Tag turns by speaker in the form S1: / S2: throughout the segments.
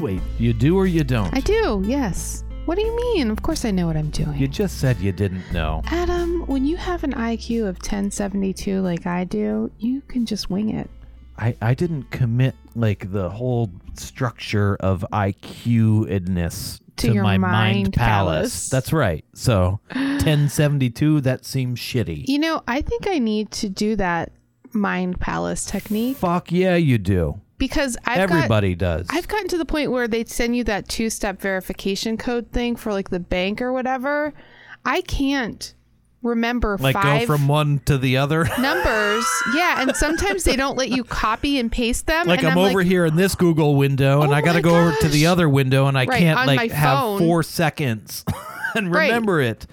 S1: Wait, you do or you don't?
S2: I do, yes. What do you mean? Of course I know what I'm doing.
S1: You just said you didn't know.
S2: Adam, when you have an IQ of 1072 like I do, you can just wing it.
S1: I, I didn't commit like the whole structure of IQ-edness
S2: To your
S1: my
S2: mind palace.
S1: That's right. So 1072, that seems shitty.
S2: You know, I think I need to do that mind palace technique
S1: Fuck yeah, you do.
S2: because I've got
S1: Everybody does.
S2: I've gotten to the point where they send you that two step verification code thing for like the bank or whatever. I can't remember
S1: like
S2: five
S1: go from one to the other.
S2: numbers. Yeah, and sometimes they don't let you copy and paste them.
S1: like
S2: and
S1: I'm, over
S2: like,
S1: here in this Google window, and
S2: Oh
S1: I got to
S2: my
S1: go over to the
S2: gosh.
S1: other window, and I
S2: Right,
S1: can't
S2: on
S1: like
S2: my
S1: have
S2: phone.
S1: four seconds and
S2: Right.
S1: remember it.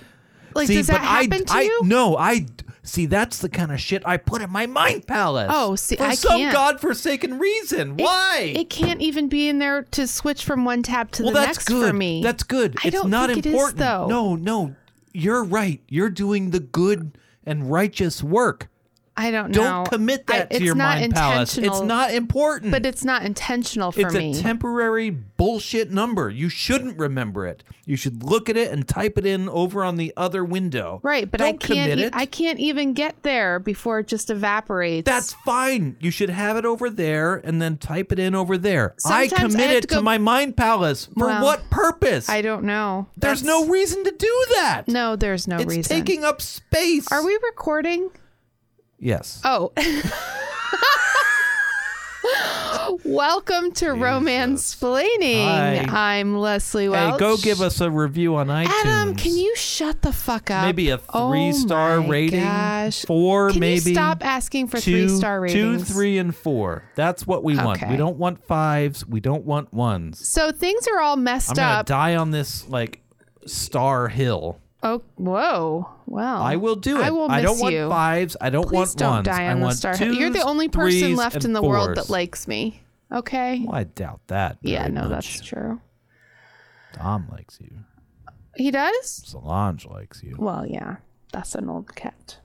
S2: Like,
S1: see,
S2: does that
S1: but I-
S2: happen to
S1: I,
S2: you?
S1: No, I see. That's the kind of shit I put in my mind palace.
S2: Oh, see,
S1: for
S2: I
S1: some
S2: can't.
S1: godforsaken reason. Why?
S2: It can't even be in there to switch from one tab to
S1: well,
S2: the
S1: that's
S2: next
S1: good.
S2: for me.
S1: That's good.
S2: I
S1: it's
S2: don't
S1: not
S2: think it is,
S1: important.
S2: though.
S1: No, no, you're right. You're doing the good and righteous work.
S2: I don't know.
S1: Don't commit
S2: I-
S1: that to
S2: it's
S1: your
S2: not
S1: mind palace. It's
S2: intentional,
S1: not important.
S2: But it's not intentional for
S1: It's
S2: me.
S1: a temporary bullshit number. You shouldn't remember it. You should look at it and type it in over on the other window.
S2: right, but
S1: Don't
S2: I can't.
S1: commit
S2: e-
S1: it.
S2: I can't even get there before it just evaporates.
S1: That's fine. You should have it over there and then type it in over there.
S2: Sometimes
S1: I
S2: I
S1: commit
S2: have
S1: it
S2: to
S1: to,
S2: go-
S1: my mind palace. For
S2: Well,
S1: what purpose?
S2: I don't know.
S1: There's
S2: That's-
S1: no reason to do that.
S2: No, there's no
S1: it's
S2: reason.
S1: taking up space.
S2: Are we recording?
S1: Yes.
S2: Oh. Welcome to Romance Splaining.
S1: Hi.
S2: I'm Leslie
S1: hey,
S2: Welch.
S1: go give us a review on iTunes.
S2: Adam, can you shut the fuck up?
S1: Maybe a
S2: three
S1: three-star rating.
S2: Gosh.
S1: Four,
S2: can
S1: maybe.
S2: you stop asking for
S1: two,
S2: three star ratings?
S1: Two, three, and four. That's what we want.
S2: Okay.
S1: We don't want fives. We don't want ones.
S2: So things are all messed
S1: I'm gonna
S2: up.
S1: die on this like star hill.
S2: Oh, whoa. Well,
S1: I will do it.
S2: I will miss
S1: I don't want
S2: you.
S1: fives. I don't
S2: Please
S1: want
S2: don't
S1: ones.
S2: die
S1: I
S2: on the
S1: want
S2: star.
S1: twos,
S2: You're the only person
S1: threes,
S2: left
S1: and
S2: in the world that
S1: fours.
S2: likes me. Okay.
S1: Well, I doubt that.
S2: yeah,
S1: very
S2: no,
S1: much.
S2: that's true.
S1: Tom likes you.
S2: He does?
S1: Solange likes you.
S2: Well, yeah. That's an old cat.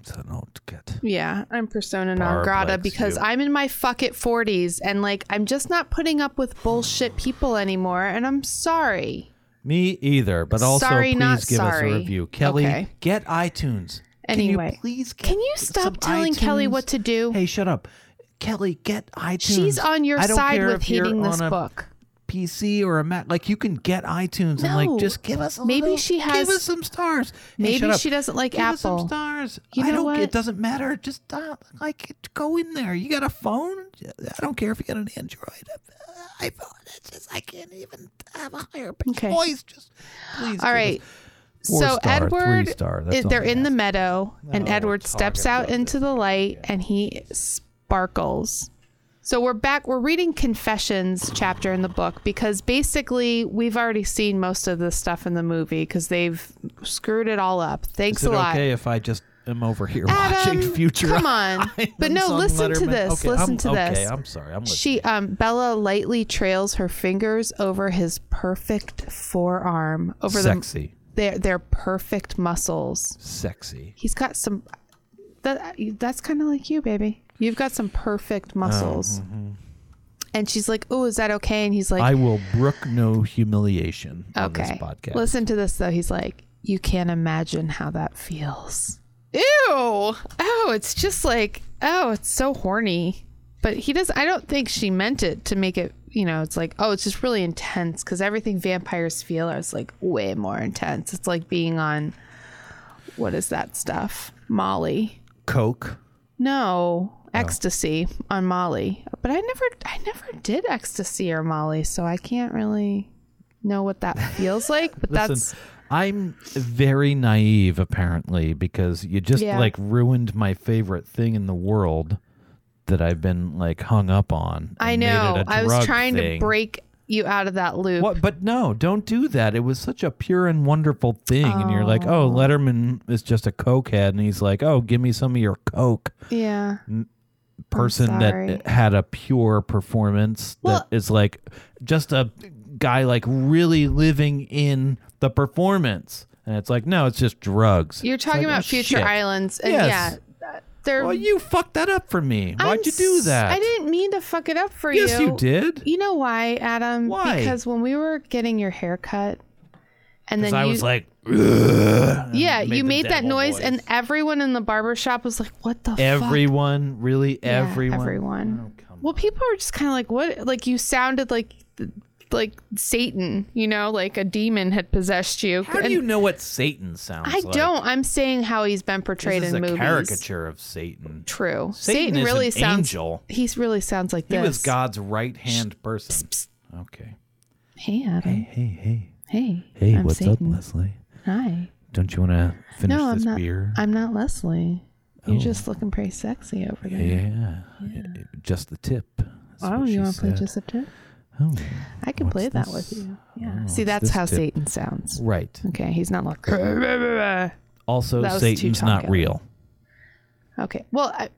S1: It's an old kid.
S2: Yeah, I'm persona non
S1: Barb
S2: grata
S1: likes
S2: because
S1: you.
S2: I'm in my fuck it 40s and like I'm just not putting up with bullshit people anymore and I'm sorry.
S1: Me either. But also,
S2: Sorry,
S1: please
S2: not
S1: give
S2: sorry.
S1: us a review. Kelly,
S2: Okay.
S1: get iTunes. can
S2: Anyway.
S1: you please get
S2: Can you
S1: some
S2: stop telling Kelly
S1: iTunes?
S2: what to do?
S1: Hey, shut up. Kelly, get iTunes.
S2: She's on your
S1: I don't
S2: side
S1: care
S2: with
S1: if you're
S2: hating this
S1: on a
S2: book.
S1: PC or a Mac. Like you can get iTunes and like
S2: No.
S1: just give us a
S2: Maybe
S1: little-
S2: she
S1: give
S2: has-
S1: us some stars. Hey,
S2: Maybe
S1: shut up.
S2: she doesn't like
S1: give Us some
S2: Apple.
S1: stars.
S2: You
S1: I
S2: know
S1: don't. It
S2: what?
S1: doesn't matter. Just uh, like go in there. You got a phone. I don't care if you got an Android, uh, iPhone. It's just I can't even have a higher pitch
S2: Okay.
S1: voice. Just please.
S2: All right.
S1: Four
S2: So
S1: star,
S2: Edward,
S1: three star, that's
S2: is,
S1: all
S2: they're
S1: I'm
S2: in the
S1: asking.
S2: meadow, and
S1: No,
S2: Edward
S1: talk
S2: steps
S1: about
S2: out into the light, and he sparkles. So we're back. We're reading Confessions chapter in the book because basically we've already seen most of the stuff in the movie because they've screwed it all up. Thanks
S1: Is it
S2: a lot.
S1: okay if I just am over here
S2: Adam,
S1: watching Future?
S2: come on. But no, listen to this.
S1: Okay,
S2: listen
S1: I'm,
S2: to
S1: okay,
S2: this.
S1: I'm sorry. I'm listening.
S2: She, um, Bella lightly trails her fingers over his perfect forearm, over the,
S1: sexy,
S2: their their perfect muscles.
S1: sexy.
S2: He's got some. That that's kind of like you, baby. You've got some perfect muscles. And she's like, "Oh, is that okay?" And he's like,
S1: I will brook no humiliation on this
S2: "Okay."
S1: podcast.
S2: Listen to this though. He's like, "You can't imagine how that feels." Ew. Oh, it's just like, oh, it's so horny. But he does. I don't think she meant it to make it. You know, it's like, oh, it's just really intense because everything vampires feel is like way more intense. It's like being on, what is that stuff? Molly.
S1: Coke.
S2: No,
S1: Oh.
S2: ecstasy on Molly. But I never I never did ecstasy or Molly, so I can't really know what that feels like, but
S1: Listen,
S2: that's
S1: I'm very naive apparently because you just
S2: Yeah.
S1: like ruined my favorite thing in the world that I've been like hung up on.
S2: I
S1: and made it
S2: know.
S1: a
S2: I was
S1: drug
S2: trying
S1: thing.
S2: to break you out of that loop.
S1: What? But no, don't do that. It was such a pure and wonderful thing, and you're like, oh, Letterman is just a cokehead, and he's like, oh, give me some of your coke.
S2: Yeah.
S1: Mm, person
S2: sorry.
S1: that had a pure performance
S2: Well-
S1: that is like just a guy like really living in the performance and it's like no it's just drugs
S2: You're
S1: It's
S2: talking
S1: like,
S2: about
S1: oh,
S2: future
S1: shit.
S2: islands and
S1: Yes.
S2: yeah. that- They're.
S1: Well, you fucked that up for me.
S2: I'm
S1: Why'd you do
S2: s-
S1: that?
S2: I didn't mean to fuck it up for you.
S1: Yes, you did.
S2: You know why, Adam?
S1: Why?
S2: Because when we were getting your hair cut, and then
S1: Because I
S2: you,
S1: was like, "Ugh,"
S2: yeah,
S1: and the
S2: you made that
S1: devil
S2: noise, and everyone in the barber shop was like, "What the fuck?"
S1: everyone, really,
S2: Yeah,
S1: everyone.
S2: everyone.
S1: Oh, come
S2: Well, people were just kind of like, "What?" Like you sounded like, like Satan, you know, like a demon had possessed you.
S1: How do
S2: And
S1: you know what Satan sounds
S2: I
S1: like?
S2: don't. I'm saying how he's been portrayed
S1: This is
S2: in
S1: a
S2: movies.
S1: caricature of Satan.
S2: True.
S1: Satan is
S2: really
S1: an
S2: sounds.
S1: angel.
S2: He really sounds like
S1: He
S2: this.
S1: was God's right hand person. Okay.
S2: Hey, Adam.
S1: Hey, hey,
S2: Hey.
S1: hey,
S2: I'm
S1: what's
S2: Satan.
S1: up, Leslie?
S2: Hi.
S1: Don't you want to finish
S2: No, I'm
S1: this
S2: not.
S1: beer?
S2: I'm not Leslie. You're
S1: Oh.
S2: just looking pretty sexy over there.
S1: yeah, just the tip. is
S2: Oh,
S1: what she
S2: you want to play
S1: said.
S2: just a tip?
S1: Oh,
S2: I can
S1: What's
S2: play that
S1: this?
S2: with you. Yeah.
S1: Oh,
S2: See,
S1: what's
S2: that's
S1: this
S2: how
S1: tip?
S2: Satan sounds.
S1: right.
S2: Okay, he's not like. Okay.
S1: Also,
S2: That was too
S1: Satan's not
S2: Tonka.
S1: real.
S2: Well, I,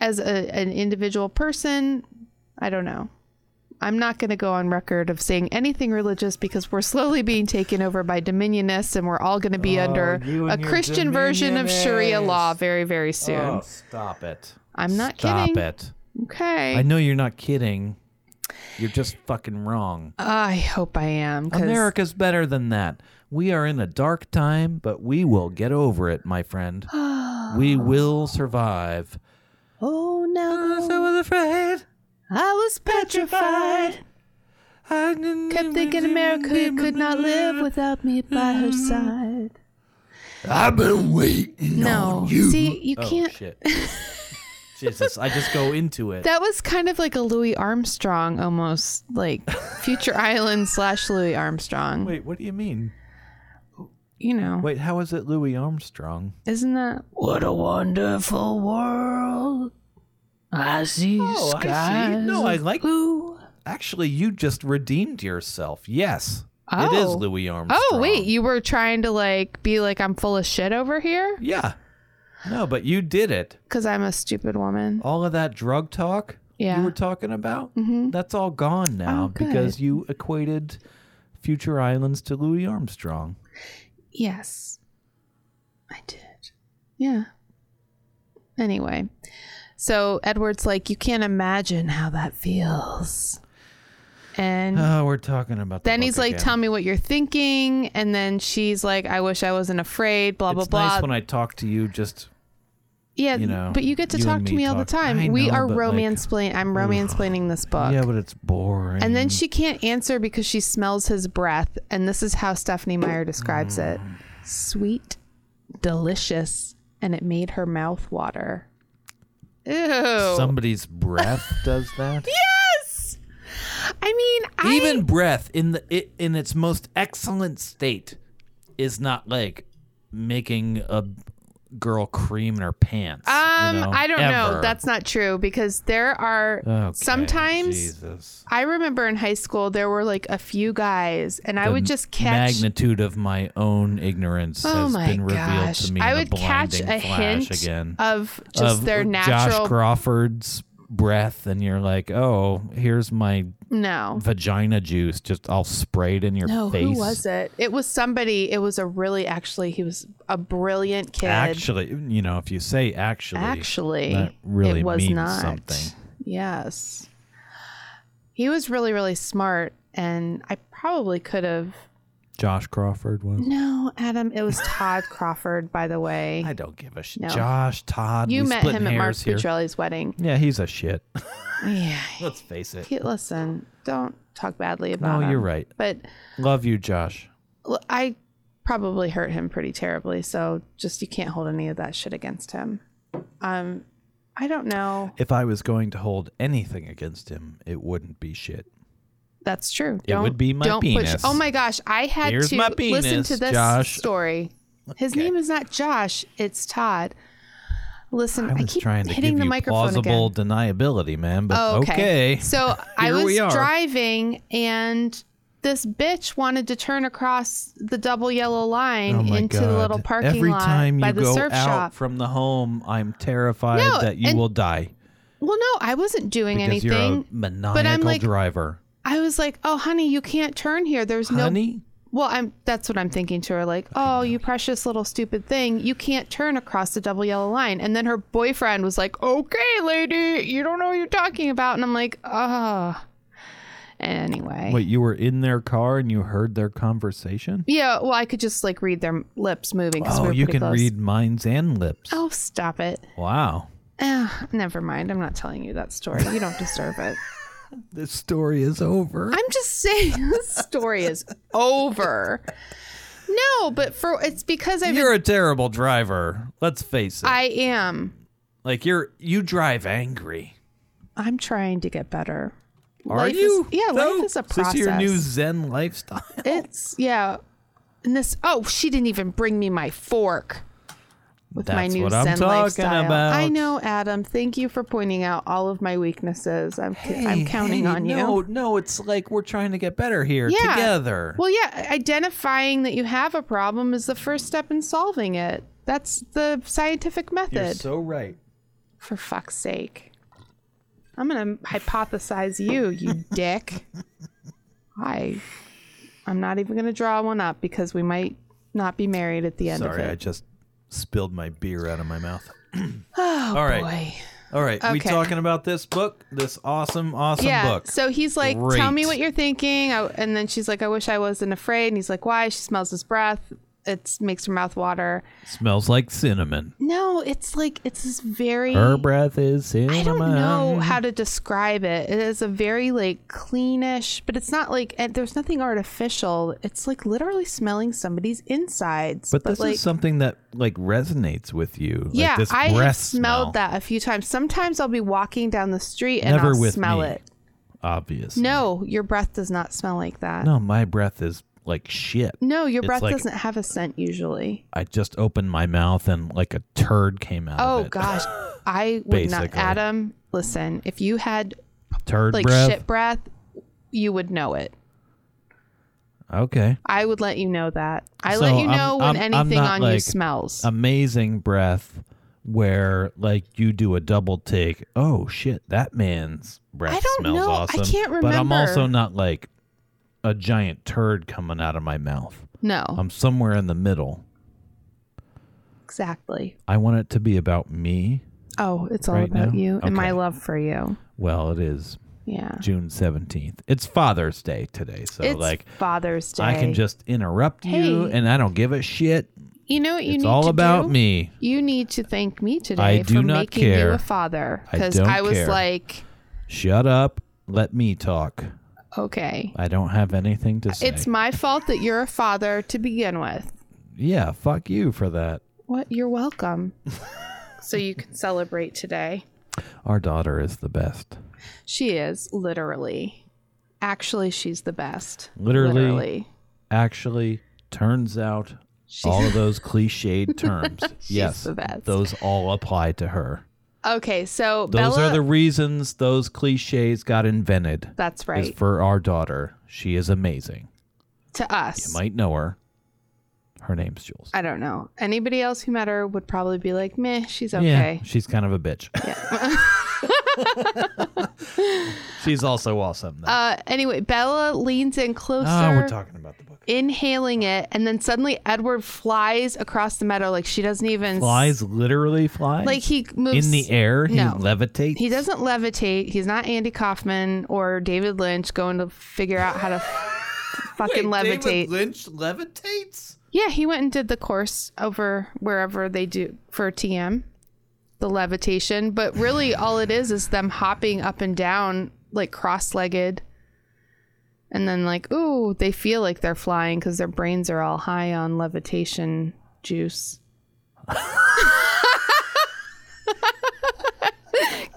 S2: as a, an individual person, I don't know. I'm not going to go on record of saying anything religious because we're slowly being taken over by dominionists and we're all going to be under
S1: Oh, you
S2: a
S1: and your Oh.
S2: Christian version of Sharia law
S1: dominionists.
S2: very, very soon.
S1: stop it!
S2: I'm not
S1: stop
S2: kidding.
S1: it!
S2: Okay.
S1: I know you're not kidding. You're just fucking wrong.
S2: I hope I am. 'cause-
S1: America's better than that. We are in a dark time, but we will get over it, my friend. we will survive.
S2: Oh no,
S1: I was afraid.
S2: I was petrified.
S1: I didn't
S2: Kept thinking America could not live without me by her
S1: Mm-hmm.
S2: side.
S1: I've been waiting.
S2: No, see, you
S1: Oh
S2: can't.
S1: shit! Jesus, I just go into it.
S2: That was kind of like a Louis Armstrong, almost like Future Island slash Louis Armstrong.
S1: Wait, what do you mean?
S2: you know,
S1: Wait, how is it Louis Armstrong?
S2: isn't that what a wonderful world? I see
S1: Oh, I see. No, I like.
S2: blue.
S1: Actually, you just redeemed yourself. Yes, it is
S2: Oh.
S1: Louis Armstrong.
S2: Oh wait, you were trying to like be like I'm full of shit over here
S1: Yeah. No, but you did it.
S2: because I'm a stupid woman.
S1: All of that drug talk
S2: Yeah. Mm-hmm.
S1: you were talking about, that's all gone now
S2: Oh, good.
S1: because you equated Future Islands to Louis Armstrong.
S2: Yes. I did. Yeah. Anyway, so Edward's like, you can't imagine how that feels. And
S1: Oh, we're talking about the
S2: Mm. then
S1: book
S2: he's like,
S1: again.
S2: tell me what you're thinking. And then she's like, I wish I wasn't afraid, blah,
S1: It's
S2: blah,
S1: nice
S2: blah.
S1: when I talk to you. Just
S2: yeah,
S1: you know,
S2: but you get to
S1: you
S2: talk
S1: and
S2: to
S1: me
S2: me all the
S1: talk.
S2: time.
S1: I
S2: we
S1: know,
S2: are
S1: but, like,
S2: romance planning. I'm romance planning this book.
S1: yeah, Mm. but it's boring.
S2: and then she can't answer because she smells his breath. And this is how Stephanie Meyer describes it
S1: Mm.
S2: sweet, delicious, and it made her mouth water. Ew.
S1: somebody's breath does that.
S2: yes! I mean, I.
S1: Even breath in the it, in its most excellent state is not like making a girl cream in her pants.
S2: um,
S1: you know,
S2: I don't know.
S1: ever.
S2: That's not true because there are
S1: Okay,
S2: sometimes.
S1: Jesus.
S2: I remember in high school there were like a few guys, and I would
S1: The
S2: just catch.
S1: magnitude of my own ignorance
S2: Oh
S1: has
S2: my
S1: been revealed
S2: gosh!
S1: to me.
S2: I
S1: in
S2: would
S1: a
S2: catch
S1: blinding
S2: a
S1: flash
S2: hint
S1: again
S2: of just
S1: of
S2: their natural.
S1: Josh Crawford's breath, and you're like, oh, here's my
S2: no,
S1: vagina juice, just all sprayed in your
S2: No,
S1: face.
S2: who was it? It was somebody. It was a really actually. He was a brilliant kid.
S1: Actually, you know, if you say actually,
S2: Actually,
S1: that really
S2: it was
S1: means
S2: not.
S1: something.
S2: Yes, he was really really smart, and I probably could have.
S1: Josh Crawford was.
S2: No, Adam. It was Todd Crawford, by the way.
S1: I don't give a shit.
S2: No.
S1: Josh Todd.
S2: you
S1: we
S2: met
S1: splitting
S2: him at Mark
S1: hairs here.
S2: Petrelli's wedding.
S1: Yeah, he's a shit.
S2: Yeah.
S1: Let's face it.
S2: He, listen, don't talk badly
S1: No,
S2: about him.
S1: you're right.
S2: But
S1: Love you, Josh.
S2: l- I probably hurt him pretty terribly. So just you can't hold any of that shit against him. Um, I don't know.
S1: If I was going to hold anything against him, it wouldn't be shit.
S2: That's true.
S1: It would be my
S2: don't push-
S1: penis.
S2: oh my gosh, I had
S1: Here's
S2: to
S1: my
S2: listen
S1: penis,
S2: to this
S1: Josh.
S2: story. His name is not Josh; it's Todd. Listen, I,
S1: I was
S2: keep
S1: trying to
S2: hitting
S1: give
S2: the
S1: you
S2: microphone
S1: plausible
S2: again. Oh,
S1: deniability, man, but
S2: Okay.
S1: okay.
S2: So I
S1: Here
S2: was
S1: we are.
S2: driving and. This bitch wanted to turn across the double yellow line
S1: Oh my
S2: into the
S1: God.
S2: little parking
S1: Every
S2: lot
S1: time
S2: by
S1: you
S2: the
S1: go
S2: surf
S1: out
S2: shop.
S1: from the home, I'm terrified
S2: No,
S1: that you
S2: and-
S1: will die
S2: Well, no, I wasn't doing
S1: because
S2: anything.
S1: you're a maniacal
S2: like,
S1: driver.
S2: I was like, "Oh, honey, you can't turn here. There's no
S1: Honey,
S2: Well, I'm that's what I'm thinking to her like, "Oh, you precious little stupid thing, you can't turn across the double yellow line." And then her boyfriend was like, "Okay, lady, you don't know what you're talking about." And I'm like, "Ah." Anyway.
S1: Wait, you were in their car and you heard their conversation?
S2: Yeah, well, I could just like read their lips moving because we
S1: Oh,
S2: were
S1: you
S2: pretty
S1: can
S2: close.
S1: read minds and lips.
S2: Oh, stop it.
S1: Wow.
S2: Ah, never mind. I'm not telling you that story. You don't deserve it.
S3: This story is over.
S2: I'm just saying this story is over. No, but for it's because I've
S1: You're a terrible driver. Let's face it.
S2: I am.
S1: like you're you drive angry.
S2: I'm trying to get better.
S1: Are
S2: Life is-
S1: you?
S2: yeah,
S1: though?
S2: life is a
S1: Is this your new
S2: process.
S1: Zen lifestyle?
S2: It's yeah. And this oh, she didn't even bring me my fork. With my
S1: That's
S2: new
S1: what I'm
S2: Zen
S1: talking
S2: lifestyle.
S1: about.
S2: I know, Adam. Thank you for pointing out all of my weaknesses. I'm I'm counting
S1: Hey,
S2: on you.
S1: No, no, it's like we're trying to get better here
S2: Yeah.
S1: together.
S2: Well, yeah, identifying that you have a problem is the first step in solving it. That's the scientific method.
S1: right.
S2: For fuck's sake. I'm going to hypothesize you, you dick. I I'm not even going to draw one up because we might not be married at the end
S1: Sorry,
S2: of
S1: I
S2: it.
S1: just spilled my beer out of my mouth.
S2: Oh
S1: All right.
S2: boy.
S1: All right, we
S2: Okay.
S1: talking about this book, this awesome, awesome
S2: yeah.
S1: book.
S2: So he's like, "Tell me
S1: Great.
S2: what you're thinking," I, and then she's like, "I wish I wasn't afraid." And he's like, "Why?" She smells his breath. It makes her mouth water.
S1: Smells like cinnamon.
S2: No, it's like it's this very.
S1: Her breath is cinnamon.
S2: I don't know how to describe it. It is a very like cleanish, but it's not like and there's nothing artificial. It's like literally smelling somebody's insides.
S1: But this
S2: like,
S1: is something that like resonates with you. Like,
S2: yeah,
S1: this
S2: I have
S1: breath smell,
S2: smelled that a few times. Sometimes I'll be walking down the street and
S1: Never
S2: I'll
S1: with
S2: smell
S1: me.
S2: it.
S1: Obvious.
S2: No, your breath does not smell like that.
S1: no, my breath is like shit.
S2: No, your
S1: It's
S2: breath
S1: like-
S2: doesn't have a scent usually.
S1: I just opened my mouth and like a turd came out
S2: Oh
S1: of it.
S2: gosh, I would not.
S1: Basically.
S2: Adam, listen, if you had
S1: turd
S2: like
S1: breath.
S2: shit breath, you would know it.
S1: Okay.
S2: I would let you know that. I
S1: So
S2: let you
S1: I'm-
S2: know when
S1: I'm- I'm
S2: anything
S1: not,
S2: on you
S1: like,
S2: smells.
S1: Amazing breath where like you do a double take. Oh shit, that man's breath
S2: I don't
S1: smells
S2: know. I
S1: awesome.
S2: can't
S1: But I'm
S2: remember.
S1: also not like a giant turd coming out of my mouth.
S2: no,
S1: I'm somewhere in the middle.
S2: exactly.
S1: I want it to be about me.
S2: Oh, it's all
S1: Right
S2: about
S1: now?
S2: you and my
S1: Okay.
S2: love for you.
S1: Well, it is
S2: Yeah.
S1: June 17th. It's Father's Day today, so
S2: it's
S1: like
S2: Father's Day.
S1: I can just interrupt you
S2: Hey.
S1: and I don't give a shit.
S2: You know what you
S1: it's
S2: need
S1: all
S2: to
S1: about
S2: do?
S1: me.
S2: You need to thank me today
S1: I do
S2: for
S1: not
S2: making
S1: care.
S2: you a father
S1: I
S2: because
S1: don't
S2: I, was
S1: care.
S2: like,
S1: Shut up. Let me talk.
S2: okay.
S1: I don't have anything to say.
S2: It's my fault that you're a father to begin with.
S1: yeah, fuck you for that.
S2: What? You're welcome. so you can celebrate today.
S1: Our daughter is the best.
S2: She is literally. Actually, she's the best.
S1: Literally.
S2: Literally.
S1: Actually, turns out all of those cliched terms. yes,
S2: the best.
S1: those all apply to her.
S2: Okay, so
S1: Those
S2: Bella.
S1: are the reasons those cliches got invented.
S2: that's
S1: Is
S2: right.
S1: for our daughter. She is amazing.
S2: to us.
S1: Might know her. Her name's Jules.
S2: I don't know. Anybody else who met her would probably be like, meh, she's
S1: Yeah,
S2: okay.
S1: she's kind of a bitch. she's also awesome. Though.
S2: Uh, anyway, Bella leans in closer,
S1: Ah, we're talking about the book.
S2: inhaling it, and then suddenly Edward flies across the meadow like she doesn't even. s-
S1: Flies literally flies.
S2: Like he moves.
S1: in the air, he
S2: No.
S1: levitates.
S2: He doesn't levitate. He's not Andy Kaufman or David Lynch going to figure out how to fucking levitate.
S1: Lynch levitates.
S2: Yeah, he went and did the course over wherever they do for TM, the levitation. But really, all it is is them hopping up and down, like cross legged. And then, like, ooh, they feel like they're flying because their brains are all high on levitation juice.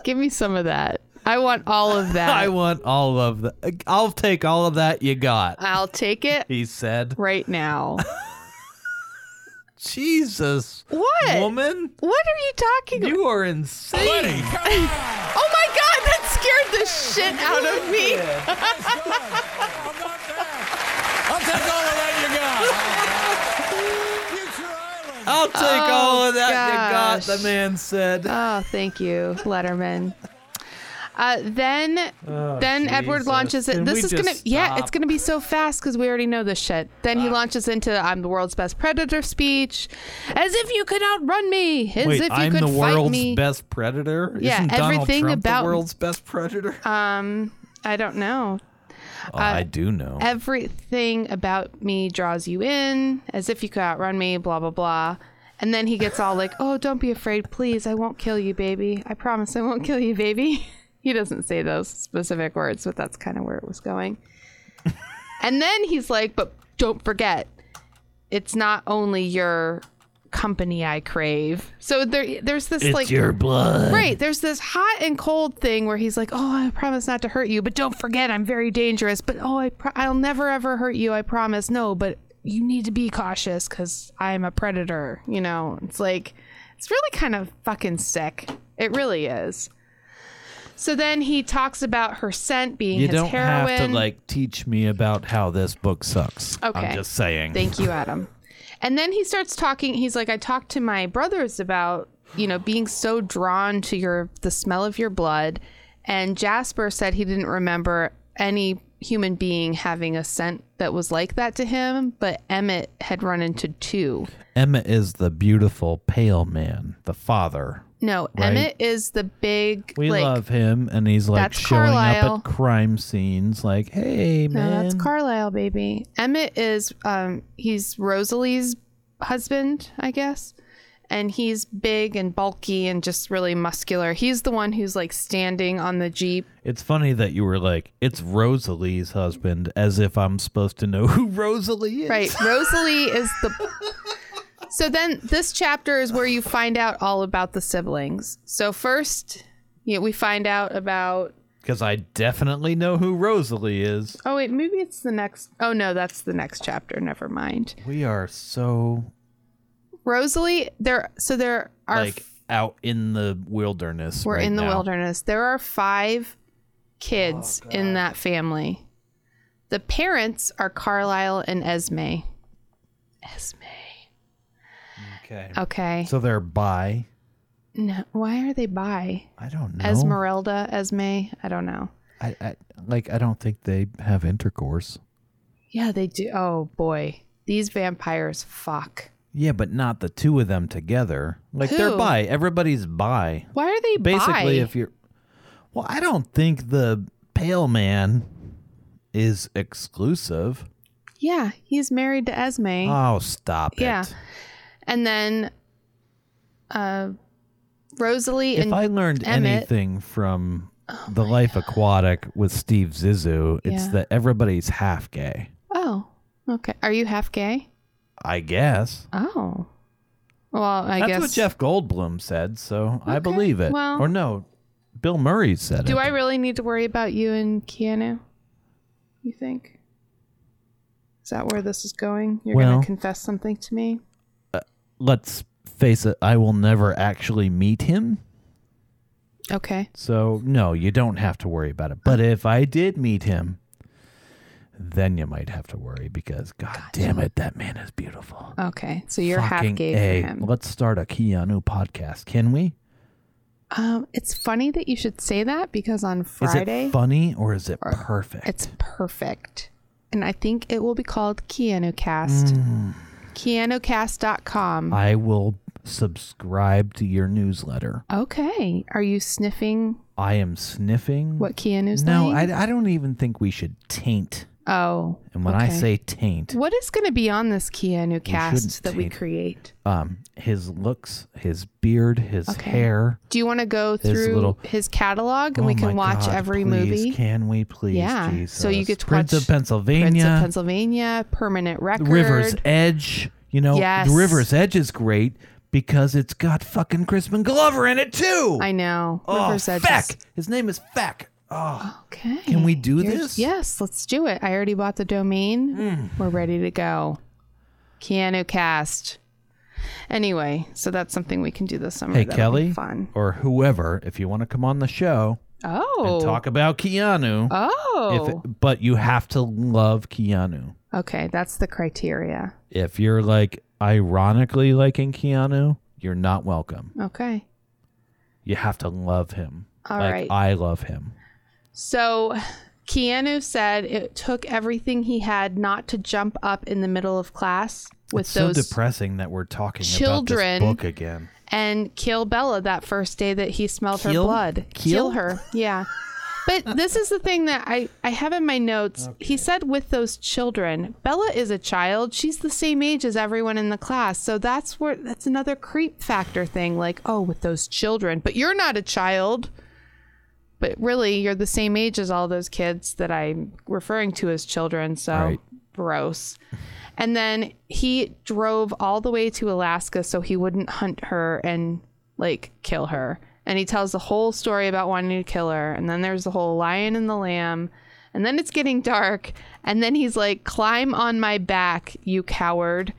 S2: Give me some of that. I want all of
S1: I
S2: that.
S1: want all of the. I'll take all of that you got.
S2: I'll take it
S1: He said,
S2: right now.
S1: "Jesus,
S2: What?
S1: woman,
S2: What are you talking about?
S1: you are insane."
S2: Oh my god, that scared the shit out of me.
S4: I'll take all of that you got. Future Island.
S1: I'll take all of that you got.
S2: Oh, gosh.
S1: The man said.
S2: Oh, thank you, Letterman. Uh, then then Edward
S1: Oh, Jesus.
S2: launches it.
S1: Can we
S2: This is
S1: just
S2: gonna yeah, it's
S1: stop? Ah.
S2: gonna be so fast because we already know this shit. Then he launches into "I'm the world's best predator" speech, as if you could outrun me, as
S1: Wait,
S2: if you
S1: I'm
S2: could
S1: the
S2: fight
S1: world's
S2: me.
S1: best predator.
S2: Yeah,
S1: Isn't Donald
S2: everything
S1: Trump
S2: about-
S1: the world's best predator.
S2: Um, I don't know.
S1: Oh, I do know.
S2: Everything about me draws you in, as if you could outrun me. Blah blah blah. And then he gets all like, "Oh, don't be afraid, please. I won't kill you, baby. I promise, I won't kill you, baby." He doesn't say those specific words, but that's kind of where it was going. And then he's like, but don't forget, it's not only your company I crave. So there, there's this
S1: it's
S2: like,
S1: your blood.
S2: right, there's this hot and cold thing where he's like, oh, I promise not to hurt you, but don't forget, I'm very dangerous. But oh, I pro- I'll never ever hurt you, I promise. No, but you need to be cautious because I'm a predator. You know, it's like, it's really kind of fucking sick. It really is. So then he talks about her scent being
S1: You
S2: his
S1: don't
S2: heroin.
S1: have to like teach me about how this book sucks.
S2: Okay.
S1: I'm just saying.
S2: Thank you, Adam. And then he starts talking. He's like, I talked to my brothers about, you know, being so drawn to your the smell of your blood. And Jasper said he didn't remember any human being having a scent that was like that to him, but Emmett had run into two.
S1: Emma is the beautiful pale man, the father.
S2: No,
S1: Right.
S2: Emmett is the big
S1: We
S2: like
S1: love him, and he's like
S2: That's
S1: showing
S2: Carlisle.
S1: up at crime scenes, like, "Hey,
S2: No,
S1: man."
S2: that's Carlisle, baby. Emmett is um he's Rosalie's husband, I guess. And he's big and bulky and just really muscular. He's the one who's like standing on the Jeep.
S1: It's funny that you were like, "It's Rosalie's husband," as if I'm supposed to know who Rosalie is.
S2: Right. Rosalie is the So then this chapter is where you find out all about the siblings. So first, yeah, we find out about
S1: Because I definitely know who Rosalie is.
S2: Oh wait, maybe it's the next Oh no, that's the next chapter. Never mind.
S1: We are so
S2: Rosalie, there so there are
S1: like out in the wilderness.
S2: We're
S1: right
S2: in the
S1: now. Oh,
S2: wilderness. There are five kids in that family. The parents are Carlisle and Esme. Esme.
S1: Okay.
S2: Okay.
S1: So they're bi.
S2: no, why are they bi?
S1: I don't know.
S2: Esmeralda, Esme. I don't know.
S1: I, I like. I don't think they have intercourse.
S2: Yeah, they do. Oh boy, these vampires fuck.
S1: Yeah, but not the two of them together. Like
S2: Who?
S1: they're bi. Everybody's bi.
S2: Why are they bi?
S1: Basically, if you're, well, I don't think the pale man is exclusive.
S2: yeah, he's married to Esme.
S1: Oh, stop it!
S2: Mm. Yeah. and then, uh, Rosalie
S1: If
S2: and
S1: I learned
S2: Emmett- Oh
S1: anything from the Life Aquatic with Steve Zissou, it's
S2: Yeah.
S1: that everybody's half gay.
S2: oh, okay. Are you half gay?
S1: I guess.
S2: Oh. Well, I
S1: That's
S2: guess.
S1: what Jeff Goldblum said, so I believe it.
S2: well-
S1: or no, Bill Murray said it.
S2: Do I really need to worry about you and Keanu? You think? Is that where this is going? You're
S1: Well-
S2: gonna confess something to me?
S1: Let's face it, I will never actually meet him.
S2: Okay.
S1: So, no, you don't have to worry about it. But if I did meet him, then you might have to worry because, god, damn it, that man is beautiful.
S2: Okay. So you're
S1: Fucking
S2: half gay
S1: A.
S2: for him.
S1: Let's start a Keanu podcast, can we?
S2: Um, it's funny that you should say that because on
S1: Is
S2: Friday
S1: it funny or is it perfect?
S2: it's perfect. And I think it will be called Keanu Cast. KeanuCast.com.
S1: Hmm. I will subscribe to your newsletter.
S2: Okay. Are you sniffing
S1: I am sniffing.
S2: what Keanu's
S1: No,
S2: like?
S1: I, I don't even think we should taint.
S2: Oh.
S1: And when I
S2: okay.
S1: say taint,
S2: What is going to be on this Keanu cast
S1: shouldn't
S2: that we
S1: taint-
S2: create?
S1: um, his looks, his beard, his
S2: Okay.
S1: hair.
S2: Do you want to go
S1: There's a
S2: through
S1: little-
S2: his catalog and
S1: Oh
S2: we can
S1: my
S2: watch
S1: God,
S2: every
S1: please,
S2: movie?
S1: Can we please?
S2: Yeah.
S1: Jesus.
S2: So you get to
S1: Prince
S2: watch
S1: of Pennsylvania,
S2: Prince of Pennsylvania, Permanent Record.
S1: River's Edge. You know,
S2: Yes.
S1: the River's Edge is great because it's got fucking Crispin Glover in it too.
S2: I know.
S1: oh,
S2: River's Edge.
S1: Feck.
S2: is-
S1: His name is Feck. Oh,
S2: Okay.
S1: can we do
S2: You're-
S1: this? Hmm.
S2: Yes, let's do it. I already bought the domain. We're ready to go. Keanu cast. Anyway, so that's something we can do this summer.
S1: Hey
S2: That'll be
S1: Kelly,
S2: Fun.
S1: or whoever, if you want to come on the show
S2: Oh.
S1: and talk about Keanu, if
S2: oh.
S1: but you have to love Keanu.
S2: okay, that's the criteria.
S1: If you're like ironically liking Keanu, you're not welcome.
S2: Okay.
S1: You have to love him.
S2: All
S1: like
S2: right.
S1: I love him.
S2: So Keanu said it took everything he had not to jump up in the middle of class with
S1: It's so
S2: those
S1: depressing that we're talking
S2: children-
S1: about this book again.
S2: and kill Bella that first day that he smelled her
S1: Kill?
S2: blood.
S1: Kill?
S2: Kill her. Yeah. But this is the thing that I, I have in my notes. He said with those children, Bella is a child. She's the same age as everyone in the class. So that's where that's another creep factor thing. Like, oh, with those children, but you're not a child. But really, you're the same age as all those kids that I'm referring to as children. So
S1: Right.
S2: gross. And then he drove all the way to Alaska so he wouldn't hunt her and like kill her. And he tells the whole story about wanting to kill her. And then there's the whole lion and the lamb. And then it's getting dark. And then he's like, climb on my back, you coward.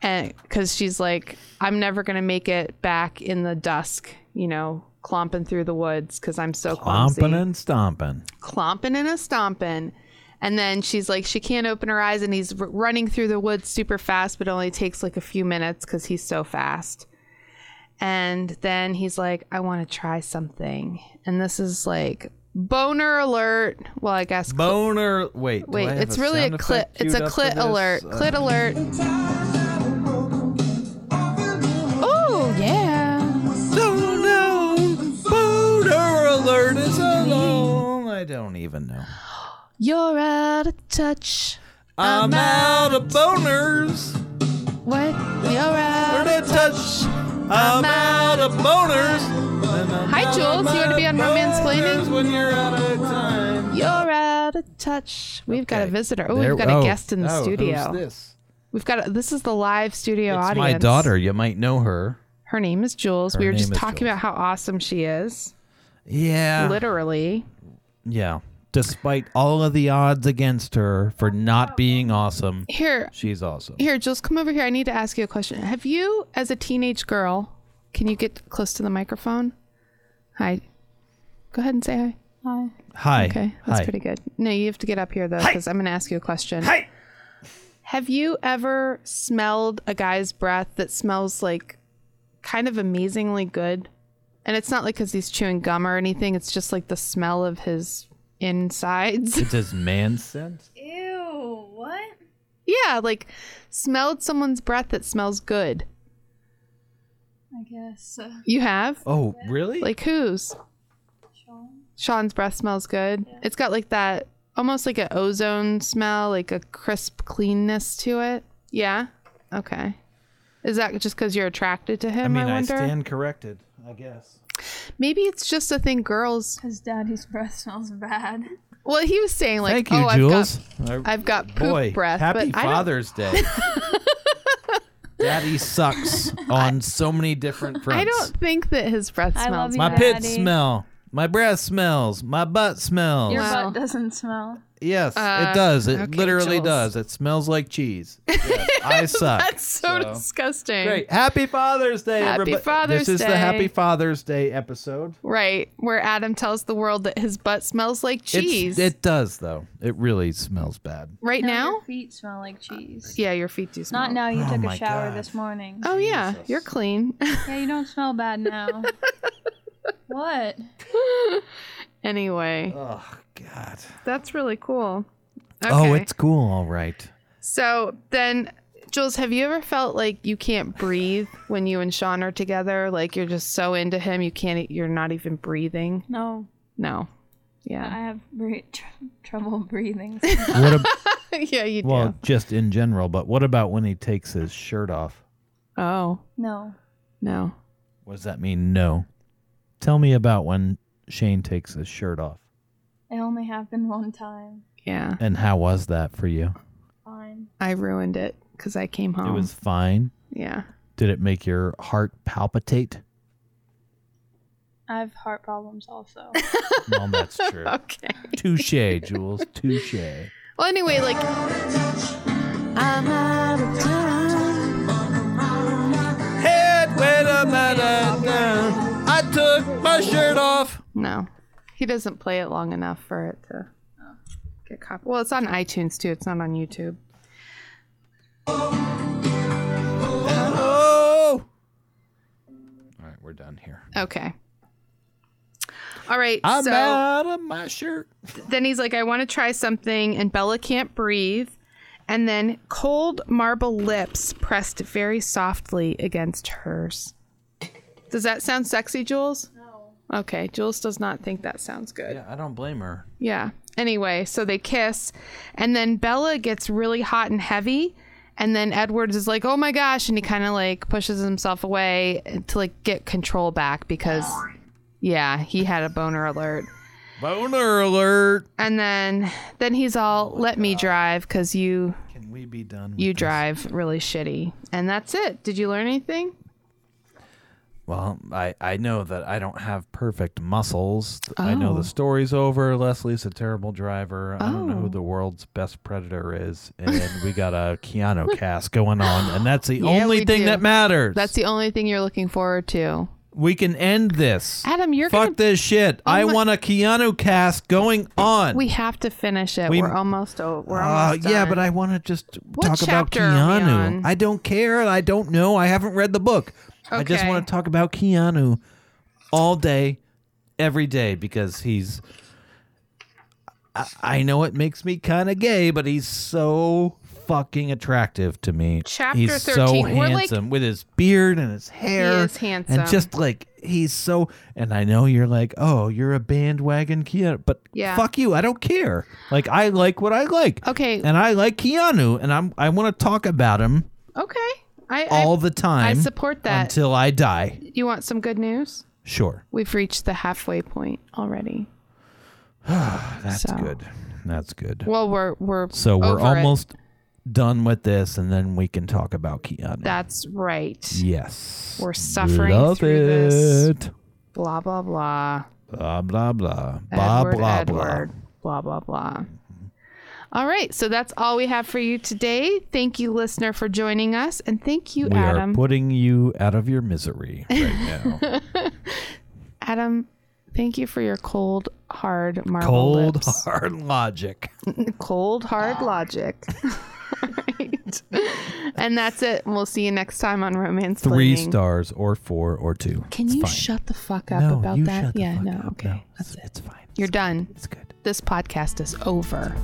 S2: And because she's like, I'm never going to make it back in the dusk, you know, clomping through the woods because I'm so clumsy
S1: Stomping and stomping.
S2: clomping and a stomping. And then she's like, she can't open her eyes, and he's r- running through the woods super fast, but it only takes like a few minutes because he's so fast. And then he's like, I want to try something. And this is like, boner alert. Well, I guess. cl-
S1: Boner. Wait. do
S2: Wait,
S1: I have
S2: it's really a
S1: sound
S2: clit.
S1: effect
S2: It's a
S1: queued up for
S2: clit
S1: this?
S2: alert.
S1: Uh,
S2: Clit alert. Oh, yeah.
S1: Don't know. Boner alert is alone. I don't even know.
S2: You're out of touch.
S1: I'm out of boners.
S2: What? You're out.
S1: Turn a touch. I'm out of boners. And I'm
S2: Hi,
S1: out
S2: Jules.
S1: of
S2: You wanna be on Romance Planning?
S1: boners When you're out of time.
S2: You're out of touch. We've got a
S1: Okay.
S2: visitor. Oh,
S1: There-
S2: we've got a
S1: oh,
S2: guest in the
S1: oh,
S2: studio.
S1: Who's this?
S2: We've got a, this is the live studio
S1: It's
S2: audience.
S1: my daughter. You might know her.
S2: Her name is Jules.
S1: Her
S2: we were
S1: name
S2: just
S1: is Jules.
S2: talking about how awesome she is.
S1: Yeah.
S2: Literally.
S1: Yeah. Despite all of the odds against her for
S2: Oh.
S1: not being awesome,
S2: Here,
S1: she's awesome.
S2: here, Jules, come over here. I need to ask you a question. Have you, as a teenage girl, can you get close to the microphone? Hi. Go ahead and say hi.
S1: Hi.
S2: Okay, that's
S1: Hi.
S2: pretty good. No, you have to get up here though, because I'm going to ask you a question. Hi. Have you ever smelled a guy's breath that smells like kind of amazingly good? And it's not like because he's chewing gum or anything. It's just like the smell of his insides.
S1: It's his man sense.
S5: Ew, what?
S2: yeah, like smelled someone's breath that smells good.
S5: I guess. Uh,
S2: You have?
S1: Oh, really?
S2: Like whose?
S5: Sean?
S2: Sean's breath smells good. It's got like that almost like an ozone smell, like a crisp cleanness to it. Yeah. Okay. Is that just because you're attracted to him?
S1: I mean, I,
S2: wonder.
S1: stand corrected, I guess.
S2: Maybe it's just a thing girls.
S5: His daddy's breath smells bad.
S2: Well, he was saying like,
S1: Thank you,
S2: oh,
S1: Jules.
S2: I've
S1: I-
S2: got, I've got poop
S1: Boy,
S2: breath,
S1: happy
S2: but I don't.
S1: Father's Day. Daddy sucks on so many different fronts.
S2: I don't think that his breath
S5: I love
S2: smells.
S5: you,
S1: My
S2: bad.
S1: pits
S5: Daddy.
S1: smell. My breath smells. My butt smells.
S5: Your
S2: Wow.
S5: butt doesn't smell.
S1: Yes,
S2: Uh,
S1: it does. It
S2: okay,
S1: literally
S2: Jules.
S1: does. It smells like cheese. Yes, I suck.
S2: That's so, disgusting.
S1: Great. Happy Father's Day,
S2: Happy
S1: everybody.
S2: Father's
S1: this is the
S2: Day.
S1: Happy Father's Day episode.
S2: Right, where Adam tells the world that his butt smells like
S1: It's-
S2: cheese.
S1: it does, though. It really smells bad.
S2: right
S5: No,
S2: now,
S5: Your feet smell like cheese.
S2: yeah, your feet do smell.
S5: Not now. You
S1: Uh, Oh
S5: took
S1: my
S5: a shower
S1: God.
S5: this morning.
S2: Oh yeah, you're clean.
S5: Yeah, you don't smell bad now. what?
S2: anyway,
S1: Oh, God.
S2: that's really cool. Okay.
S1: Oh, it's cool. All right.
S2: so then Jules, have you ever felt like you can't breathe when you and Sean are together? Like you're just so into him, you can't e, you're not even breathing?
S5: No,
S2: No.
S5: I
S2: Yeah.
S5: have bre- tr- trouble breathing.
S1: What ab-
S2: yeah, you do.
S1: well, just in general, but what about when he takes his shirt off?
S2: oh,
S5: no,
S2: no.
S1: What does that mean? No. Tell me about when Shane takes his shirt off.
S5: it only happened one time.
S2: Yeah.
S1: And how was that for you?
S5: Fine.
S2: I ruined it cuz I came home.
S1: It was fine.
S2: yeah.
S1: Did it make your heart palpitate?
S5: I have heart problems also.
S1: Well, that's true.
S2: Okay.
S1: Touche, Jules. Touche.
S2: Well, anyway, like
S1: Head, wait a minute. I took my shirt off.
S2: No, he doesn't play it long enough for it to get copy. Well, it's on iTunes too. It's not on YouTube.
S1: Oh. All right, we're done here.
S2: Okay. All right.
S1: I'm
S2: so
S1: out of my shirt.
S2: then he's like, I want to try something, and Bella can't breathe. And then cold marble lips pressed very softly against hers. Does that sound sexy, Jules? No. Okay, Jules does not think that sounds good.
S1: Yeah, I don't blame her.
S2: Yeah. Anyway, so they kiss, and then Bella gets really hot and heavy, and then Edwards is like, "Oh my gosh," and he kind of like pushes himself away to like get control back because, yeah, he had a boner alert.
S1: Boner alert.
S2: And then then he's all, "Let me drive, cause you
S1: Can we be done? With
S2: you
S1: this?
S2: drive really shitty." And that's it. Did you learn anything?
S1: Well, I, I know that I don't have perfect muscles. I know
S2: Oh.
S1: the story's over. Leslie's a terrible driver. I don't know
S2: Oh.
S1: who the world's best predator is. And we got a Keanu cast going on. And that's the
S2: we
S1: only thing
S2: do.
S1: that matters.
S2: That's the only thing you're looking forward to.
S1: we can end this.
S2: Adam, you're
S1: Fuck
S2: gonna- Oh
S1: this shit. I
S2: my-
S1: want a Keanu cast going on.
S2: We have to finish it.
S1: We-
S2: We, are almost over. We're
S1: Uh,
S2: almost
S1: yeah,
S2: done.
S1: but I want to just talk about
S2: chapter are we
S1: Keanu.
S2: on?
S1: I don't care. I don't know. I haven't read the book. I just
S2: Okay.
S1: want to talk about Keanu all day, every day, because he's. I, I know it makes me kind of gay, but he's so fucking attractive to me.
S2: Chapter
S1: he's
S2: 13.
S1: so
S2: We're like-
S1: handsome with his beard and his hair.
S2: is handsome.
S1: And just like, he's so. And I know you're like, oh, you're a bandwagon Keanu, but
S2: Yeah.
S1: fuck you. I don't care. Like, I like what I like
S2: Okay.
S1: and I like Keanu, and I'm I want to talk about him
S2: okay. I, I
S1: all the time.
S2: I support that.
S1: until I die.
S2: You want some good news?
S1: Sure,
S2: We've reached the halfway point already.
S1: that's
S2: So-
S1: good. That's good.
S2: Well, we're we're
S1: so we're
S2: over it.
S1: almost done with this, and then we can talk about Keanu.
S2: That's right.
S1: yes,
S2: We're suffering
S1: Love
S2: through this.
S1: it.
S2: Blah blah blah.
S1: Blah blah blah blah
S2: Edward,
S1: blah
S2: Edward. Blah blah blah. All right, so that's all we have for you today. Thank you, listener, for joining us, and thank you,
S1: blah. We
S2: Adam.
S1: are putting you out of your misery right now.
S2: Adam, thank you for your cold, hard marble
S1: Cold
S2: lips.
S1: hard logic.
S2: cold hard logic. All right. and that's it. We'll see you next time on Romance
S1: Three
S2: Flirting.
S1: stars or four or two.
S2: Can
S1: It's
S2: you
S1: fine.
S2: shut the fuck up
S1: no,
S2: about
S1: you
S2: that?
S1: Shut the
S2: yeah,
S1: fuck
S2: no,
S1: up.
S2: okay.
S1: No, it's, it's fine.
S2: You're done.
S1: It's good.
S2: This podcast is over.